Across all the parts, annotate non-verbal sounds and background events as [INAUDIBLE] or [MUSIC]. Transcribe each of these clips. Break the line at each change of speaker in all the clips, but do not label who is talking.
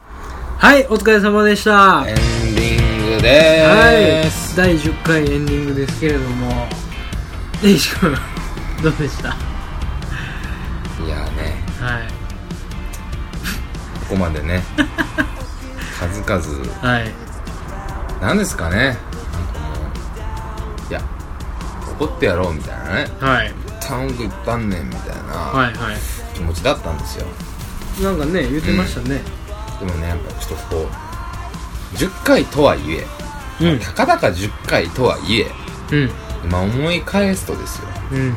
はい、お疲れ様でした。
エンディングでーす、
第10回エンディングですけれども、ね石君、どうでした
い、やーね
はい。
ここま
[LAUGHS]
でね数々
はい。
なんですかねなんかもういや怒ってやろうみたいなね
はい。
タンクいっぱいあんねんみたいな
はい。は
気持ちだったんですよ
い。なんかね、言ってましたね。
でもねやっぱちょっとこう10回とはいえ
うん。
たかだか10回とはいえ
うん。
今思い返すとですよ
うん。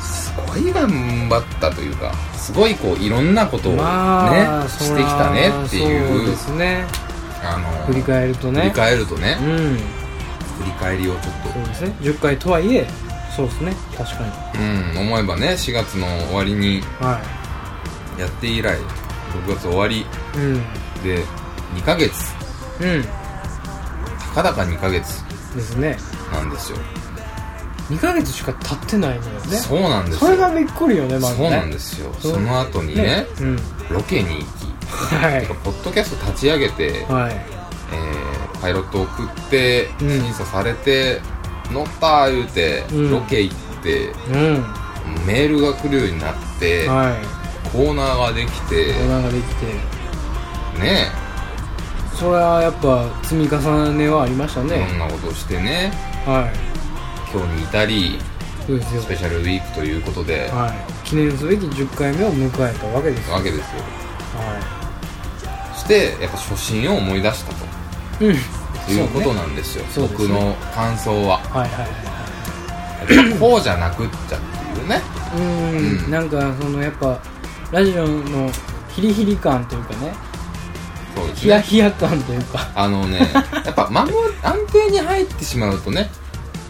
すごい頑張ったというかすごいこういろんなことをね、
まあ、そ
し
ら
てきたねっていう
そうですね。
あの
振り返ると
振り
ね。
返るとね
うん。
振り返りをちょっ
そうですね。10回とはいえ、そうですね。確かに。
と、うん、思えばね4月の終わりに
は
やって以来6月終わり
い。うん。
で2ヶ月
うん。
たかだか2ヶ月
ですね。
なんですよ、
2ヶ月しか経ってないんだよね。
そうなんですよ
それがびっくりよね、まずね。
そうなんですよ
そう
その後にね
うん。
ロケに行
はい
き。ポッドキャスト立ち上げて、
はい。
えーパイロット送って
うん
審査されて、乗った言うて、
うん
ロケ行って
うん。
メールが来るようになって、
は
コーナーができ
い。
て
お腹ができて。
ね
それはやっぱ積み重ねはありました
いろん
ね。
なことをしてね
は
今日に至り
い。そうですよ
ス。ペシャルウィークということで、
はい。記念すべき10回目を迎えたわけですよ。
わけですよ
は
そしてやっぱ初心を思い出した
い。うん。
ということ
そうね
なんですよ、
そうですね
僕の感想は
はいはいは
やっぱこうじゃなくっちゃっていうね
い。う。
うんん
なんか、そのやっぱ、ラジオのヒリヒリ感というかね、
そうです
ヒヤ
ね
ヒヤ感というか、[LAUGHS]
あのねやっぱまも安定に入ってしまうとね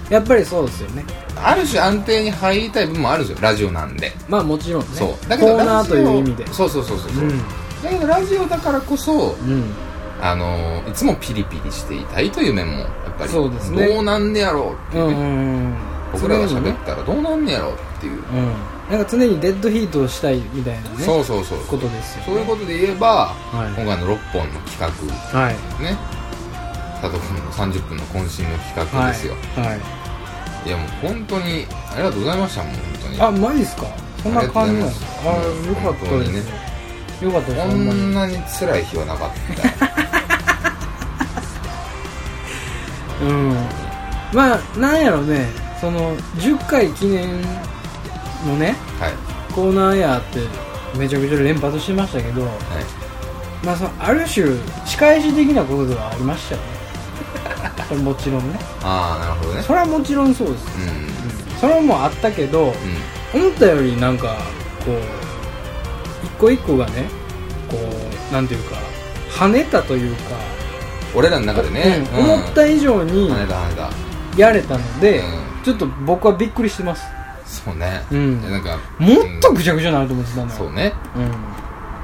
やっぱりそうですよね。
ある種安定に入りたい部分もあるんですよラジオなんで、
まあもちろんね。
そう
だ
だ
け
け
ど
ど
コーナー
ラジ
と
オ
いう意味で。
そうそうそうそう、
うん。
だけどラジオだからこそ
うん。
あのいつもピリピリしていたいという面もやっぱり
そうですね
どうなんねやろうって
うんう
いうね、
んうん。
僕らが
それに
喋
ね
ったらどうなんねやろうってい
う
う、
ん、なんか常にデッドヒートをしたいみたいなね
そうそうそう
ことですよ、ね、
そういうことで言えば、
はい
今回の6本の企画
はい
ね佐藤君の30分の渾身の企画
はい
ですよ、、
はい
やもう本当にありがとうございましたもん本当
い、
に
あマジっすかそんな感じなんですかあ
あり
よ
がと
か
う
っ
ございます
たですねよかったです
こ
ほんまに
んなに辛い日はな
[LAUGHS]
かった
うんまあなんやろねその10回記念のね
はい
コーナーやってめちゃくちゃ連発してましたけど
はい
まあそのある種仕返し的なことではありましたよねそれもちろんね
ああなるほどね
それはもちろんそうです
うん
それもあったけど、
う
思ったよりなんかこう一個一個がねこうなんていうか跳ねたというか、
ん俺らの中でね、
うん思った以上に
羽田羽田
やれたので、
う
ちょっと僕はびっくりしてます
そうね、
うん
いやなんか
もっと
うん
ぐちゃぐちゃになると思ってたのよ、
そうね
う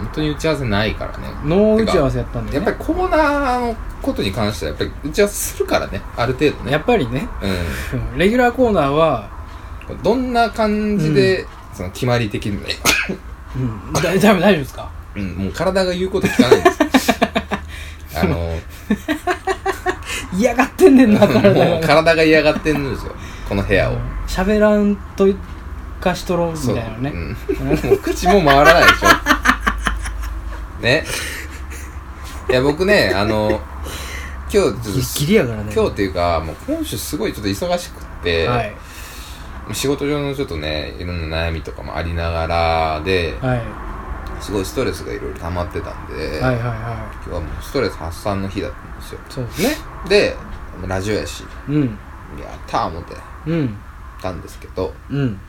本当に打ち合わせないからね
ん、ノー打ち合わせやったんで、
てか
ね
やっ、ぱりコーナーのことに関してはやっぱり打ち合わせするからねある程度ね
やっぱりね
う
うんレギュラーコーナーは、
んどんな感じで、その決まり的に
うん、だ大丈 [LAUGHS] 夫大丈夫ですか
うんもう体が言うこと聞かないんです
[LAUGHS]
あの
嫌がってんねんな体
もう
が
体が嫌がってんのですよこの部屋を、
喋らんといかしとろうみたいなね、
うん、もう口も回らないでしょねいや僕ねあの今日ちょっと
ギリギリやからね
今日っていうかもう今週すごいちょっと忙しくって、
はい
仕事上のちょっとねいろんな悩みとかもありながらで、
はい
すごいストレスがいろいろ溜まってたんで、
はいはいは
今日はもうストレス発散の日だったんですよ
いそうですね
でラジオやし
うん
やったー思って
うん
たんですけど
うん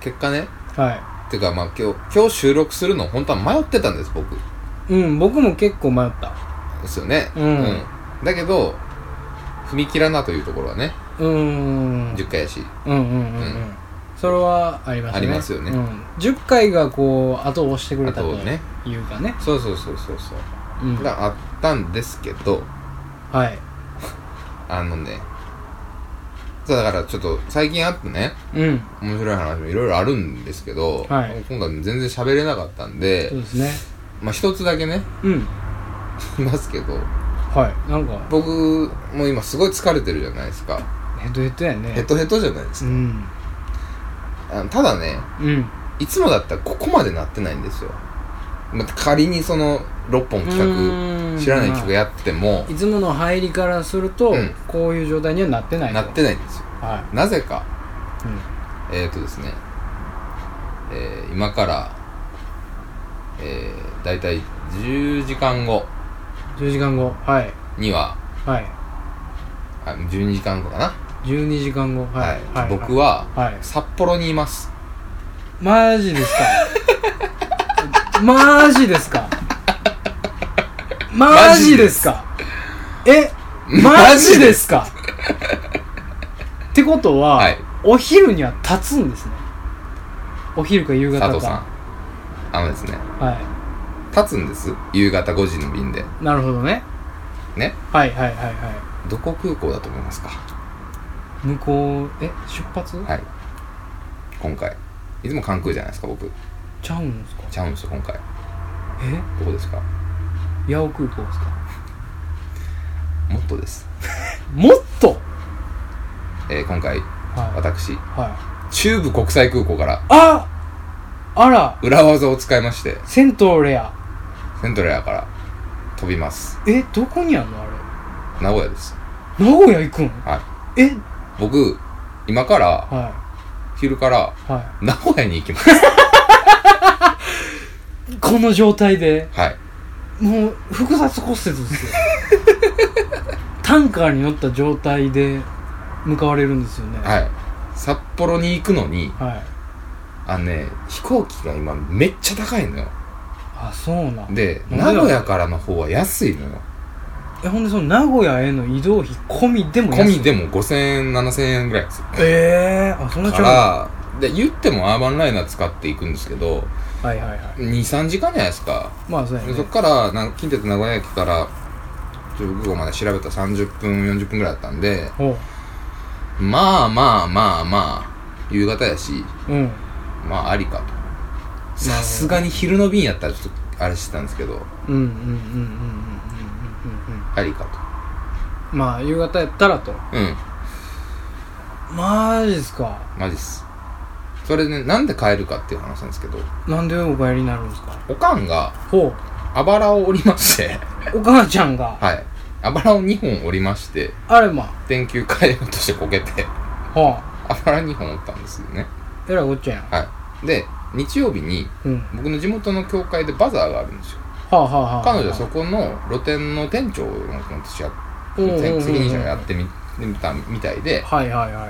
結果ね
は
っていうかまあ今日今日収録するの本当は迷ってたんです僕
いうん僕も結構迷った
ですよね、
うん
だけど踏み切らなというところはね
うーん
10回やし
うんうんうんう
うん
それはありますね
ありますよね
うん、10回がこう後を押してくれた
後
と
をね
いうかね
そうそうそうそうそう
うん
があったんですけど
はい
あのねそうだからちょっと最近あってね
うん
面白い話もいろいろあるんですけど、
はい
今回全然喋れなかったんで
そうですね
まあ一つだけね
うん
言いますけど
はいなんか
僕も今すごい疲れてるじゃないですか
ヘトヘトやね
ヘトヘトじゃないです
う
か、
ん
あのただね
うん
いつもだったらここまでなってないんですよ、まあ、仮にその6本企画知らない企画
や
やっても
いつもの入りからすると、
うん
こういう状態にはなってないと
なってないんですよ
は
なぜか
い、うん
えー、とですね、えー今から、えー、だいたい10時間後
10時間後はい
には、
はい
あ12時間後かな、
12時間後はい、はい、
僕は、
はい
札幌にいます。
マジですかマジですかマジですかえマ
マ
ジ
ジ
で
です
かってことは、
はい
お昼には立つんですねお昼か夕方か
佐藤さん。あのですね、
は
立つんです。夕方5時の便で。
いなるほどね
ね。
はいはいはいは
どこ空港だと思いますか
い向こうえ出発、
はい。今回。いつも関空じゃないですか、僕。
ちゃうんですか
ちゃうんですよ、今回。
え
どこですか
八尾空港ですか
もっとです。
もっと
えー今回、
はい、
私、
はい、
中部国際空港から
ああら
裏技を使いまして、
銭湯レア
セントレアから飛びます。
えどこにあんのあれ
名古屋です。
名古屋行くん
はい
え
僕、今から、
は
昼から、
いは
名古屋に行きます。
いこの状態で
はい。
もう複雑骨折ですよ
[LAUGHS]
タンカーに乗った状態で向かわれるんですよねい、
はい。札幌に行くのに、
はい、
あのね、飛行機が今めっちゃ高いのよ。
あそうなん
で、名
なんでだ
古屋からの方は安いのよ。
えほんでその名古屋への移動費込みでも
込み
で
でも5000円、7000円ぐらいです。
ええー、あそんな
か
ちゃ
ら、で、言ってもアーバンライナー使っていくんですけど、
うはいはいはい
2、3時間じゃないですか。
まあそうや
で
ね
そっから、なん近鉄名古屋駅から、中国語まで調べたら30分、40分ぐらいだったんで、
おう
まあまあまあまあ、夕方やし、
うん
まあありかと。さすがに昼の便やったらちょっとあれしてたんですけど、
うんうんうんうんうんうんうんうん
ありか
まあ夕方やったらと
と。うん、
マジですか
マジっす。それで、ね、なんで帰るかっていう話なんですけど、
なんでお帰りになるんですか
おかんが
ほう
あばらを折りまして、 [LAUGHS]
お母ちゃんが
はい。あばらを2本折りまして、
あれま
電球変えようとしてこけて、
あは
あばら2本折ったんですよね。
あえらいこっちゃやん
はい。で、日曜日に、
うん
僕の地元の教会でバザーがあるんですよ。
はあはあはあ
彼女はそこの露店の店長の私や
うんうんうんうん
責任者がやってみみたみたいで [LAUGHS]
はいはいはい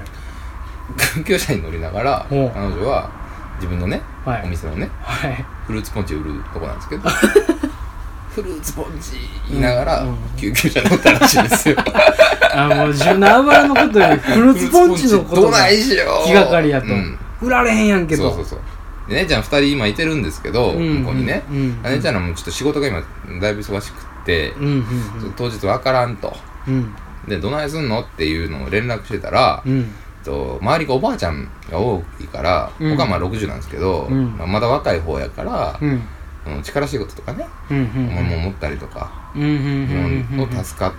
救急車に乗りながら彼
うん
女は自分のね、
はい
お店のね
はい
フルーツポンチ売るとこなんです
[LAUGHS]
けどフルーツポンチ言いながら
うんうん
救急車乗ったらしいですよ
あもう自分の油のことよりフルーツポンチのこと
ど
が
ないしよう
気がかりやと
うん
売られへんやんけ
そう
ど
そうそうで姉ちゃん2人今いてるんですけど、
ん
向こうにね、
うんうん
姉ちゃんらもちょっと仕事が今だいぶ忙しくって、
うんうん
ちょっと当日わからんと
うん
でどないすんのっていうのを連絡してたら、
うんうん
と周りがおばあちゃんが多いから、
うん
僕はまあ60なんですけど、
うん
まあまだ若い方やから
う、ん
うん力仕事とかね、
うん
うも持ったりとか、
うんうんうん
う
うんうん
を助か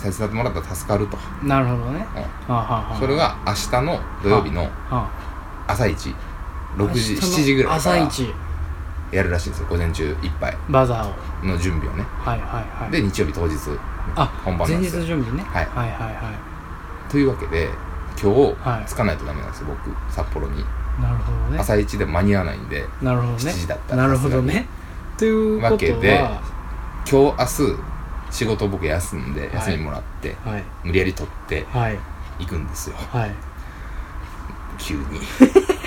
手伝ってもらったら助かると、
なるほどね
うん
はあはあはあ
それが明日の土曜日の
はあ
朝一6時
明日の
7時ぐらいか
朝
ら
一
やるらしいんですよ午前中いっぱい
バザーを
の準備をね
はいはいはい
で日曜日当日
あ
本番な
前
んで
日
すよ
準備ね
はい
はいはいは
というわけで今日
はい
着かないとダメなんですよ僕札幌に
いなるほどね
朝一で間に合わないんで
なるほどね
7時だったら
なるほどねということは
わけで今日明日仕事僕休んで
い
休みもらって、
はい
無理やり取って
はい
いくんですよ
はい
急に [LAUGHS]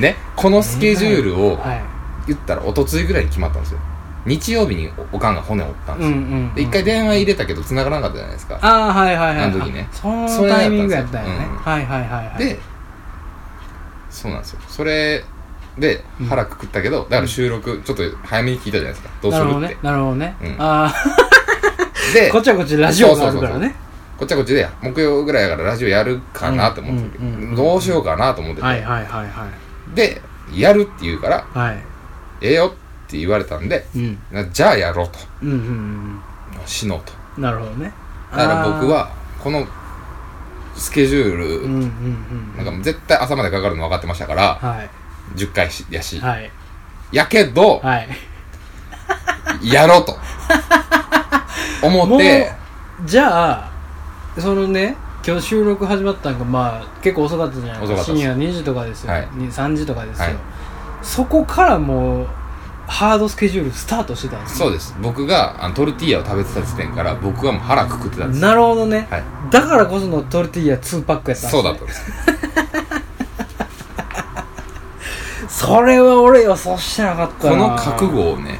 ねこのスケジュールを
はい
言ったら一昨日ぐらいに決まったんですよ日曜日におおかんが骨折ったんで
う
す
ん
よ、
うん
で一回電話入れたけど繋がらなかったじゃないですか
ああはいはいはい
あの時ね
そのタイミングやったよね
それやったんですようん
はいはいはいはい
でそうなんですよそれで
うん
腹くくったけどだから収録ちょっと早めに聞いたじゃないですかどうす
な
る
るほど
って
ねなるほどね
うん
あ
で
あこっちはこっちでラジオがあるからね
こっちはこっちでや木曜ぐらいやからラジオやるかなと思ってたけど、
うんうんうん
どうしようかなと思ってて、
はいはいはいはい
でやるって言うから
はい
ええよって言われたんで、
うん
なじゃあやろうと。
うんうん
死のうと。
うんなるほどね
だから僕
あ
は、このスケジュー
ー
ル、
うんうんう
なん
ん
かもう絶対朝までかかるの分かってましたから、
はい
10回しやし。
はい
やけど、
はい
やろう
[LAUGHS]
と。思って、
じゃあそのね今日収録始まったんがまあ結構遅かったじゃない
遅かったです
深夜2時とかですよ、
はい
に3時とかですよ、
はい
そこからもうハードスケジュールスタートしてたんです
そうです。僕があのトルティーヤを食べてた時点から、僕はもう腹くくってたんです。
なるほどね、
はい
だからこそのトルティーヤ2パックやったんです、ね、
そうだったんです。
それは俺予想してなかった
こ
な
の覚悟をね、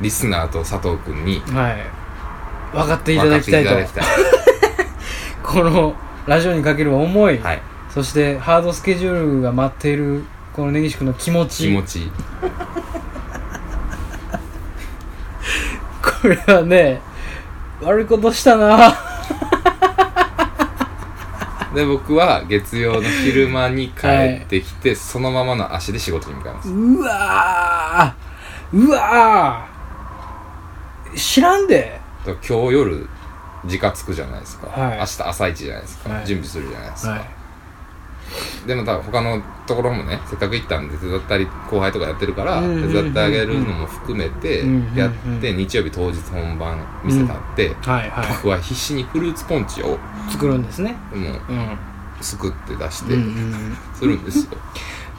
リスナーと佐藤くんに
はい分かっていただきたいと
分かっていただき
このラジオにかける思い、[LAUGHS]
たい。はい。
そしてハードスケジュールが待っているこの根岸君の気持ち
気持ちいい。
これはね悪いことしたな
で、僕は月曜の昼間に帰ってきて、そのままの足で仕事に向かいます。
うわーうわー知らんで
だから今日夜、時間つくじゃないですか。
はい
明日朝一じゃないですか。
はい
準備するじゃないですか。
はい
でも多分他のところもねせっかく行ったんで手伝ったり後輩とかやってるから
うんうんうんうん
手伝ってあげるのも含めて
うんうんうん
やって日曜日当日本番見せたって
はいは
僕は必死にフルーツポンチをも
い作るんですね
う
うん
すくって出し
うんう
て
ん
するんですよ、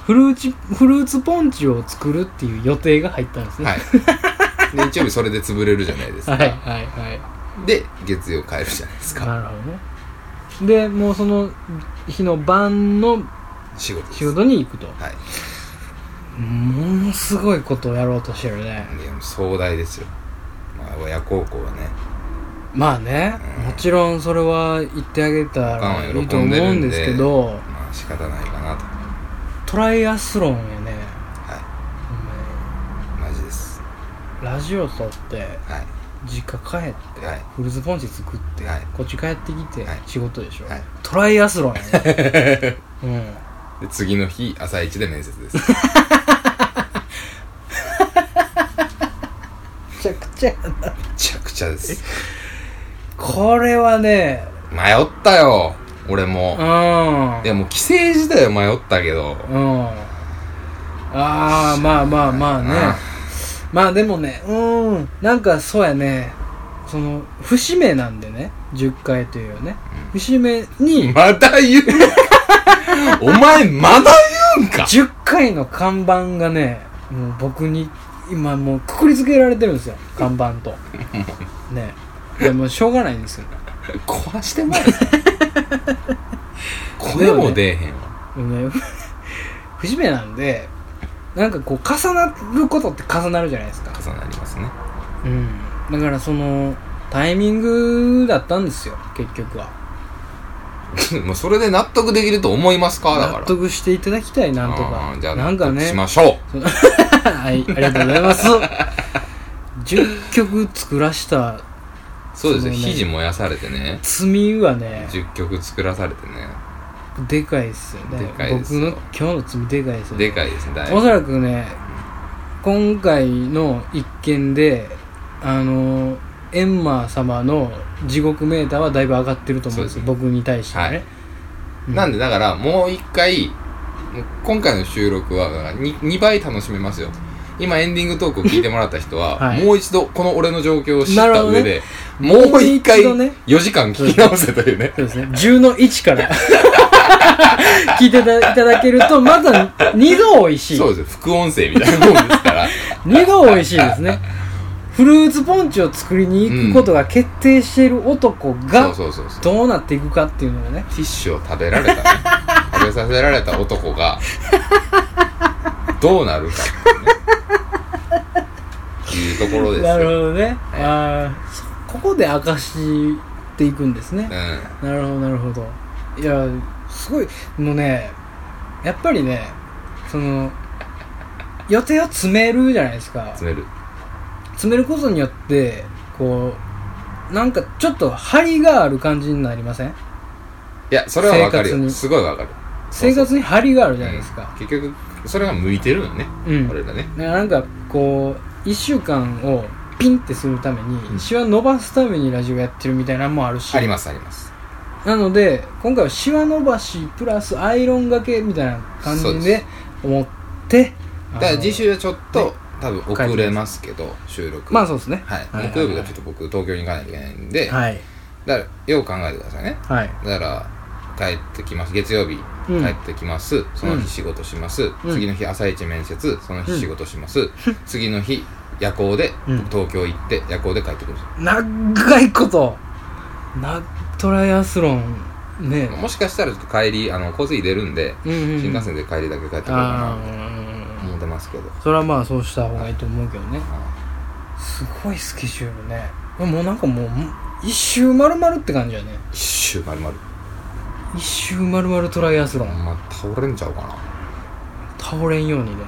フルーチフルーツポンチを作るっていう予定が入ったんですね
はいで日曜日それで潰れるじゃないですか、
はいはいはい
で月曜帰るじゃないですか
なるほどねでもうその日の晩の
仕事です
仕事に行くと
はい
ものすごいことをやろうとしてるね
いや壮大ですよまあ親孝行はね
まあねもちろんそれは言ってあげたらいいと思うんですけど
まあ仕方ないかなと
トライアスロンやね
は
お前
いマジです
ラジオ撮って
はい
実家帰って、
はい
フルーツポンチ作って、
はい
こっち帰ってきて
はい
仕事でしょ、
はい
トライアスロンやね
[LAUGHS]
うん
で次の日朝一で面接です
めちゃくちゃやな
めちゃくちゃです
これはね
迷ったよ俺
う
も
ん
いやもう帰省自体は迷ったけど
うんああまあまあまあね
あ
まあでもねうんなんかそうやねその節目なんでね10回というね節目に
まだ言うお前まだ言うんか
10回の看板がねもう僕に今もうくくりつけられてるんですよ看板とねいやもうしょうがないんですよ、
壊してまえ声も出えへんわ
でもね、 [LAUGHS] 節目なんでなんかこう重なることって重なるじゃないですか
重なりますね
うんだからそのタイミングだったんですよ結局は
もうそれで納得できると思いますかだから
納得していただきたいなんとか
うんじゃあ
な
納
んか
得
ね
しましょ
[LAUGHS] はいありがとうございます10曲作らした
うそうですよ
そのね
肘燃やされてね
罪はね
10曲作らされてね
でかいっすよね
でかいです
僕
よ
の今日の罪でかいですよ
でかいですねだい
お
ぶ
そらくね今回の一件であのエンマー様の地獄メーターはだいぶ上がってると思うんですよ
そ
僕に対してね、
はいなんでだからもう一回もう今回の収録はだから 2, 2倍楽しめますよ今エンディングトークを聞いてもらった人は、
[LAUGHS] はい
もう一度この俺の状況を知っ
なる
た
ほどね
上で、もう一回
もう一度ね
4時間聞き直せというね
そうですね。10の1から。 [LAUGHS] 聞いていただけると、まだ2度美味しい。
そうです副音声みたいなもんですから
2度美味しいですね。フルーツポンチを作りに行くことが決定している男 [LAUGHS]
そう
が、
そうそうそう
どうなっていくかっていうのがね。
ティッシュを食べられた、ね、食べさせられた男
[LAUGHS]
がどうなるかっていう,、ね、いうところですよ
なるほどね。あーそここで明かしていくんですね。なるほど、なるほど。いや、すごい、もうね、やっぱりね、その、予定を詰めるじゃないですか。
うん詰める
詰めることによってこうなんかちょっと張りがある感じになりません
いやそれはわかる
生活
よ
に
すごいわかるそうそう
生活に張りがあるじゃないですか
結局それが向いてるのね、
うん
俺らね
だからなんかこう1週間をピンってするために、
うん
シワ伸ばすためにラジオやってるみたいなのもあるし
ありますあります
なので今回はシワ伸ばしプラスアイロンがけみたいな感
そう
じ
で
です思って
だから次
あ
週はちょっ
ね
と多分遅れますけど収録
のまあそうですね
はい
はい
木曜日がちょっと僕東京に行かないといけないんでだか
はい
らよう考えてくださいね
はい
だから帰ってきます月曜日
うん
帰ってきます、その日仕事します、
うん
次の日朝一面接その日仕事します、次の日夜行で
うん
僕東京行って夜行で帰ってくるんですよ
長いことなトライアスロンね
もしかしたらちょっと帰りあの交通費出るんで、
うんうんうん
新幹線で帰りだけ帰ってくるか
あ
な
あ
思ってますけど、
それはまあそうした方がいいと思うけどね
あ
すごいスケジュールねもうなんかもう一周丸々って感じやね
一周丸々
一周丸々トライアスロ
ほ
ン
んま倒れんちゃうか
倒れんようにね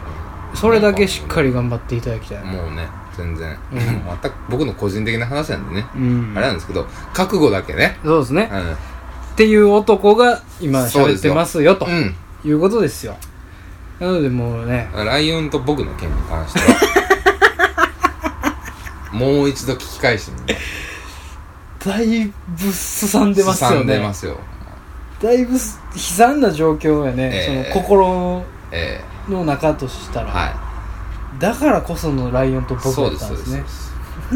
それだけしっかり頑張っていただきたい
なもうね全然、
うん
[LAUGHS] 全く僕の個人的な話なんでね、
うん
あれなんですけど覚悟だけね
そうですね
うん
っていう男が今
そうで
喋っ
す
て
よ
ますよと
うん
いうことですよなのでもうね
ライオンと僕の件に関して
[LAUGHS]
はもう一度聞き返してみて
だいぶすさんでますよ
んで
ね
ますよ
だいぶ悲惨な状況やね、
ええ
その心
え
の中とした
え
ら、
は
だからこそのライオンと
い
僕
そ
だ
うで
った
すそ
ん
う
で
ですす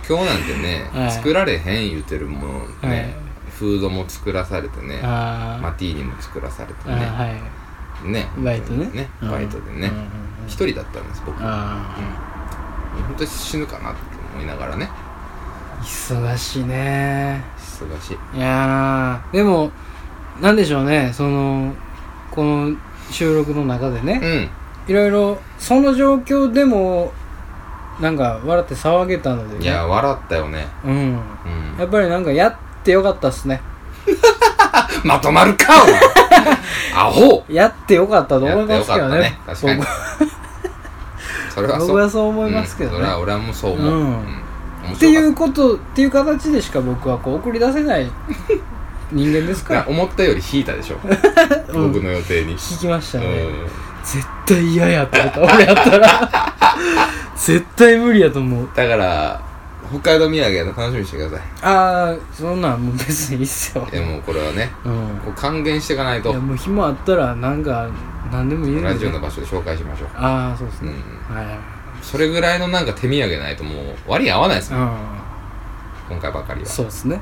ね
そうです今日なんてね、
はい
作られへん言うてるものね、
はい
フードも作らされてね
あー、
マティーニも作らされて
あ
ね、
ーはい
ね
バイトねうん
バイトでね
うんうんうん
一、人だったんです僕
あ
本当に死ぬかなって思いながらね
ー忙しいね
忙しい
いやーでもなんでしょうねそのこの収録の中で
う
ね、
ん
いろいろその状況でもなんか笑って騒げたのでね
いや笑ったよね
うん
うん
やっぱりなんかやってよかったっすね
まとまるか
[LAUGHS]
お前アホ
やってよかったと思
や
い
って
ま
よ
すけ
か
ど
っ
ね
たね確かに
僕
[LAUGHS] それはそう
僕はそう思いますけどね、
うんそれは俺はもうそう思う、
う
うんん面白かっ
っていうことっていう形でしか僕はこう送り出せない人間ですから
[LAUGHS] な思ったより引いたでしょ
うん
僕の予定に
聞きましたね、
うん
絶対嫌やってこと俺やったら [LAUGHS] 絶対無理やと思う
だから北海道土産の楽しみにしてくださ
ああそんなんもう別にいいっすよ
いいやもうこれはね
うん
こう還元していかない
い
と
やもう暇あったらなんか何でも言え
ラ
る
ジオの場所で紹介しましょう
ああそうです
う
ね、
ん
はい
それぐらいのなんか手土産ないともう割に合わないですもん
う
今回ばかりは
んそうですね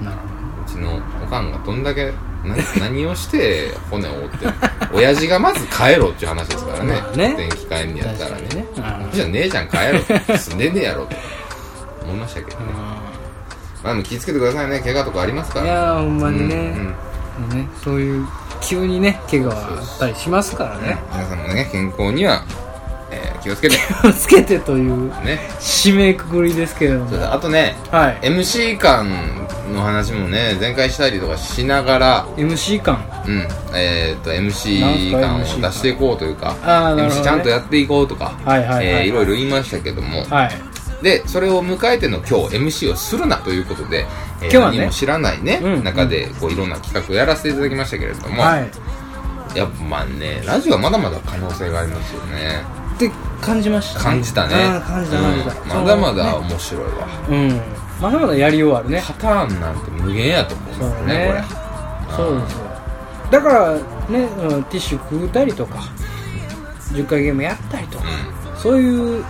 う
なるほ
んうちのおかんがどんだけな何をして骨を折ってる親父がまず帰ろうっていう話ですからね
まあね
電気替えに
ど
やったらね
確かにね
じゃあ姉ちゃん帰ろう住んでねえやろと思いましたけど
う
ね、ま
ん
あ、でも気ぃつけてくださいね怪我とかありますか
い
ら
やーほんまにね,、
うんうん
ねそういう急にね怪我はあったりしますからね
皆さんもね健康には、えー気をつけて
つけてという
ね
締めくくりですけれど
そ
も
れであとね
はい
MC 間の話もね前回したりとかしながら
MC 感
うん、えー、と
なんす
MC
か
感を
MC
出していこうというか
あーなるほどね
MC ちゃんとやっていこうとか、
はいはいはい
えーいろいろ言いましたけども、
はい
でそれを迎えての今日 MC をするなということで、え
今
ー
日はね
何も知らないね、
うん
中でこういろんな企画をやらせていただきましたけれども、
はい
やっぱまあねラジオはまだまだ可能性がありますよね
って感じましたね
感じたね
あー感じた感じた、
うんまだまだ面白いわ、
そうねうんまだまだやりようあるね
パターンなんて無限やと思うんです
そ
よ
う
ね
ね
これ
そうですよだからね、うん、ティッシュ食うたりとか10回ゲームやったりとかそういう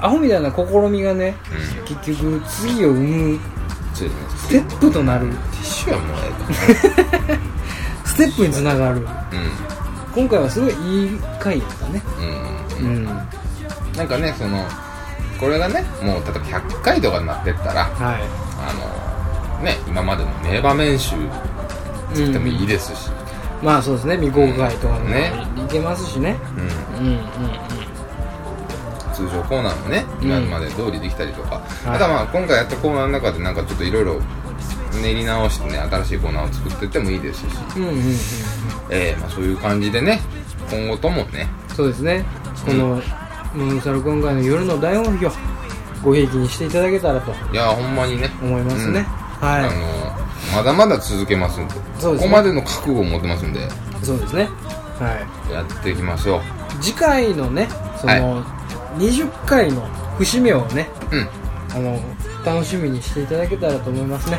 アホみたいな試みがね
うん、うん
結局次を生む
そうですね
ステップとなる
ティッシュはもうえ
ステップにつながる
えか
今回はすごいいい回だったね
なうん、う
う
ん
んは
なんかねそのこれがねもう例えば100回とかになってったら
い
あのね今までの名場面集作ってもいいですし、
まあそうですね未公開とかも
ね
いけますしね
う
う
ん
んうんうん
通常コーナーもね
うん
今まで通りできたりとか、
はい
あとはまあ今回やったコーナーの中でなんかちょっといろいろ練り直してね新しいコーナーを作っていってもいいですし、
うんうんうん
えーまあ、そういう感じでね今後ともね
そうですねこのムーンサル今回の夜の大音響ご平気にしていただけたらと
いやほんまにね
思いますね、
あ
は
のまだまだ続けますんで
そうですね
ここまでの覚悟を持ってますんで
いそうですねはい
やっていきましょう
次回のねその、20回の節目をね
うん
あの楽しみにしていただけたらと思いますね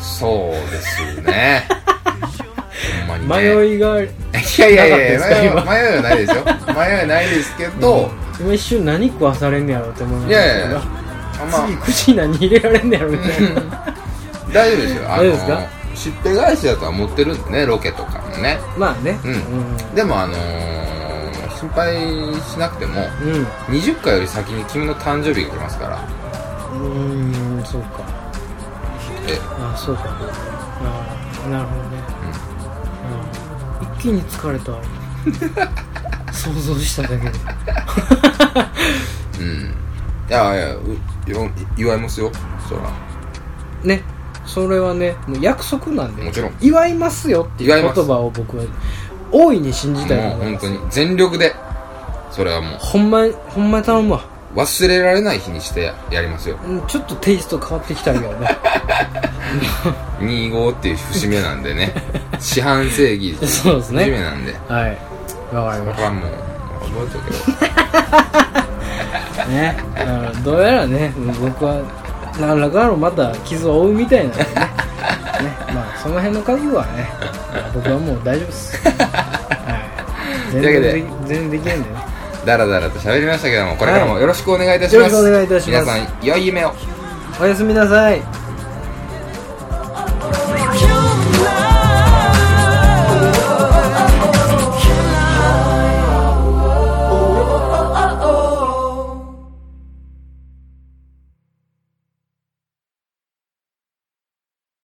そうです
[LAUGHS]
ねほんまにね
迷いがある
いやいやいや
なかったです
迷
か
う迷いはないですよ迷いはないですけど、
今一瞬何食わされんねやろうと思いま
い
し
や
た
いや
け
い
ど
やあんま
次口に何入れられんねやろみたいな
うん大丈夫ですよあ
大丈夫
の
ですか
しっぺ返しだとは持ってるんでねロケとかもね
まあね
うんでもあのー心配しなくても
うんうん
20回より先に君の誕生日が来ますから
うーんそうか
え
あそうかあーなるほどね、うん、一気に疲れ
[LAUGHS]
た想像しただけで
うんいやいやうよ祝いますよそら
ねそれはねもう約束なんで
もちろん
祝いますよっていう言葉を僕は大いに信じたい
も
と
う
思い
本
ます
当に全力でそれはもう
ほんまにほんまに頼むわ
忘れられない日にしてやりますよ
うんちょっとテイスト変わってきたけどね
25っていう節目なんでね [LAUGHS] 四半世紀
そうです
節目
ね
なんで
[LAUGHS] はいわかり
こ
ま
れ
し
はもう覚えとけよ
たねうんどうやらね僕は何らかのまた傷を負うみたいなんでねねまあその辺の覚悟はね僕はもう大丈夫っすはい全
というわけ
然でき全然
で
できないんでね
だらだらと喋りましたけどもこれからもよろしくお願いいたし
よ
ま
ろし
す、
くお願いいたします
皆さん良い夢を
おやすみなさい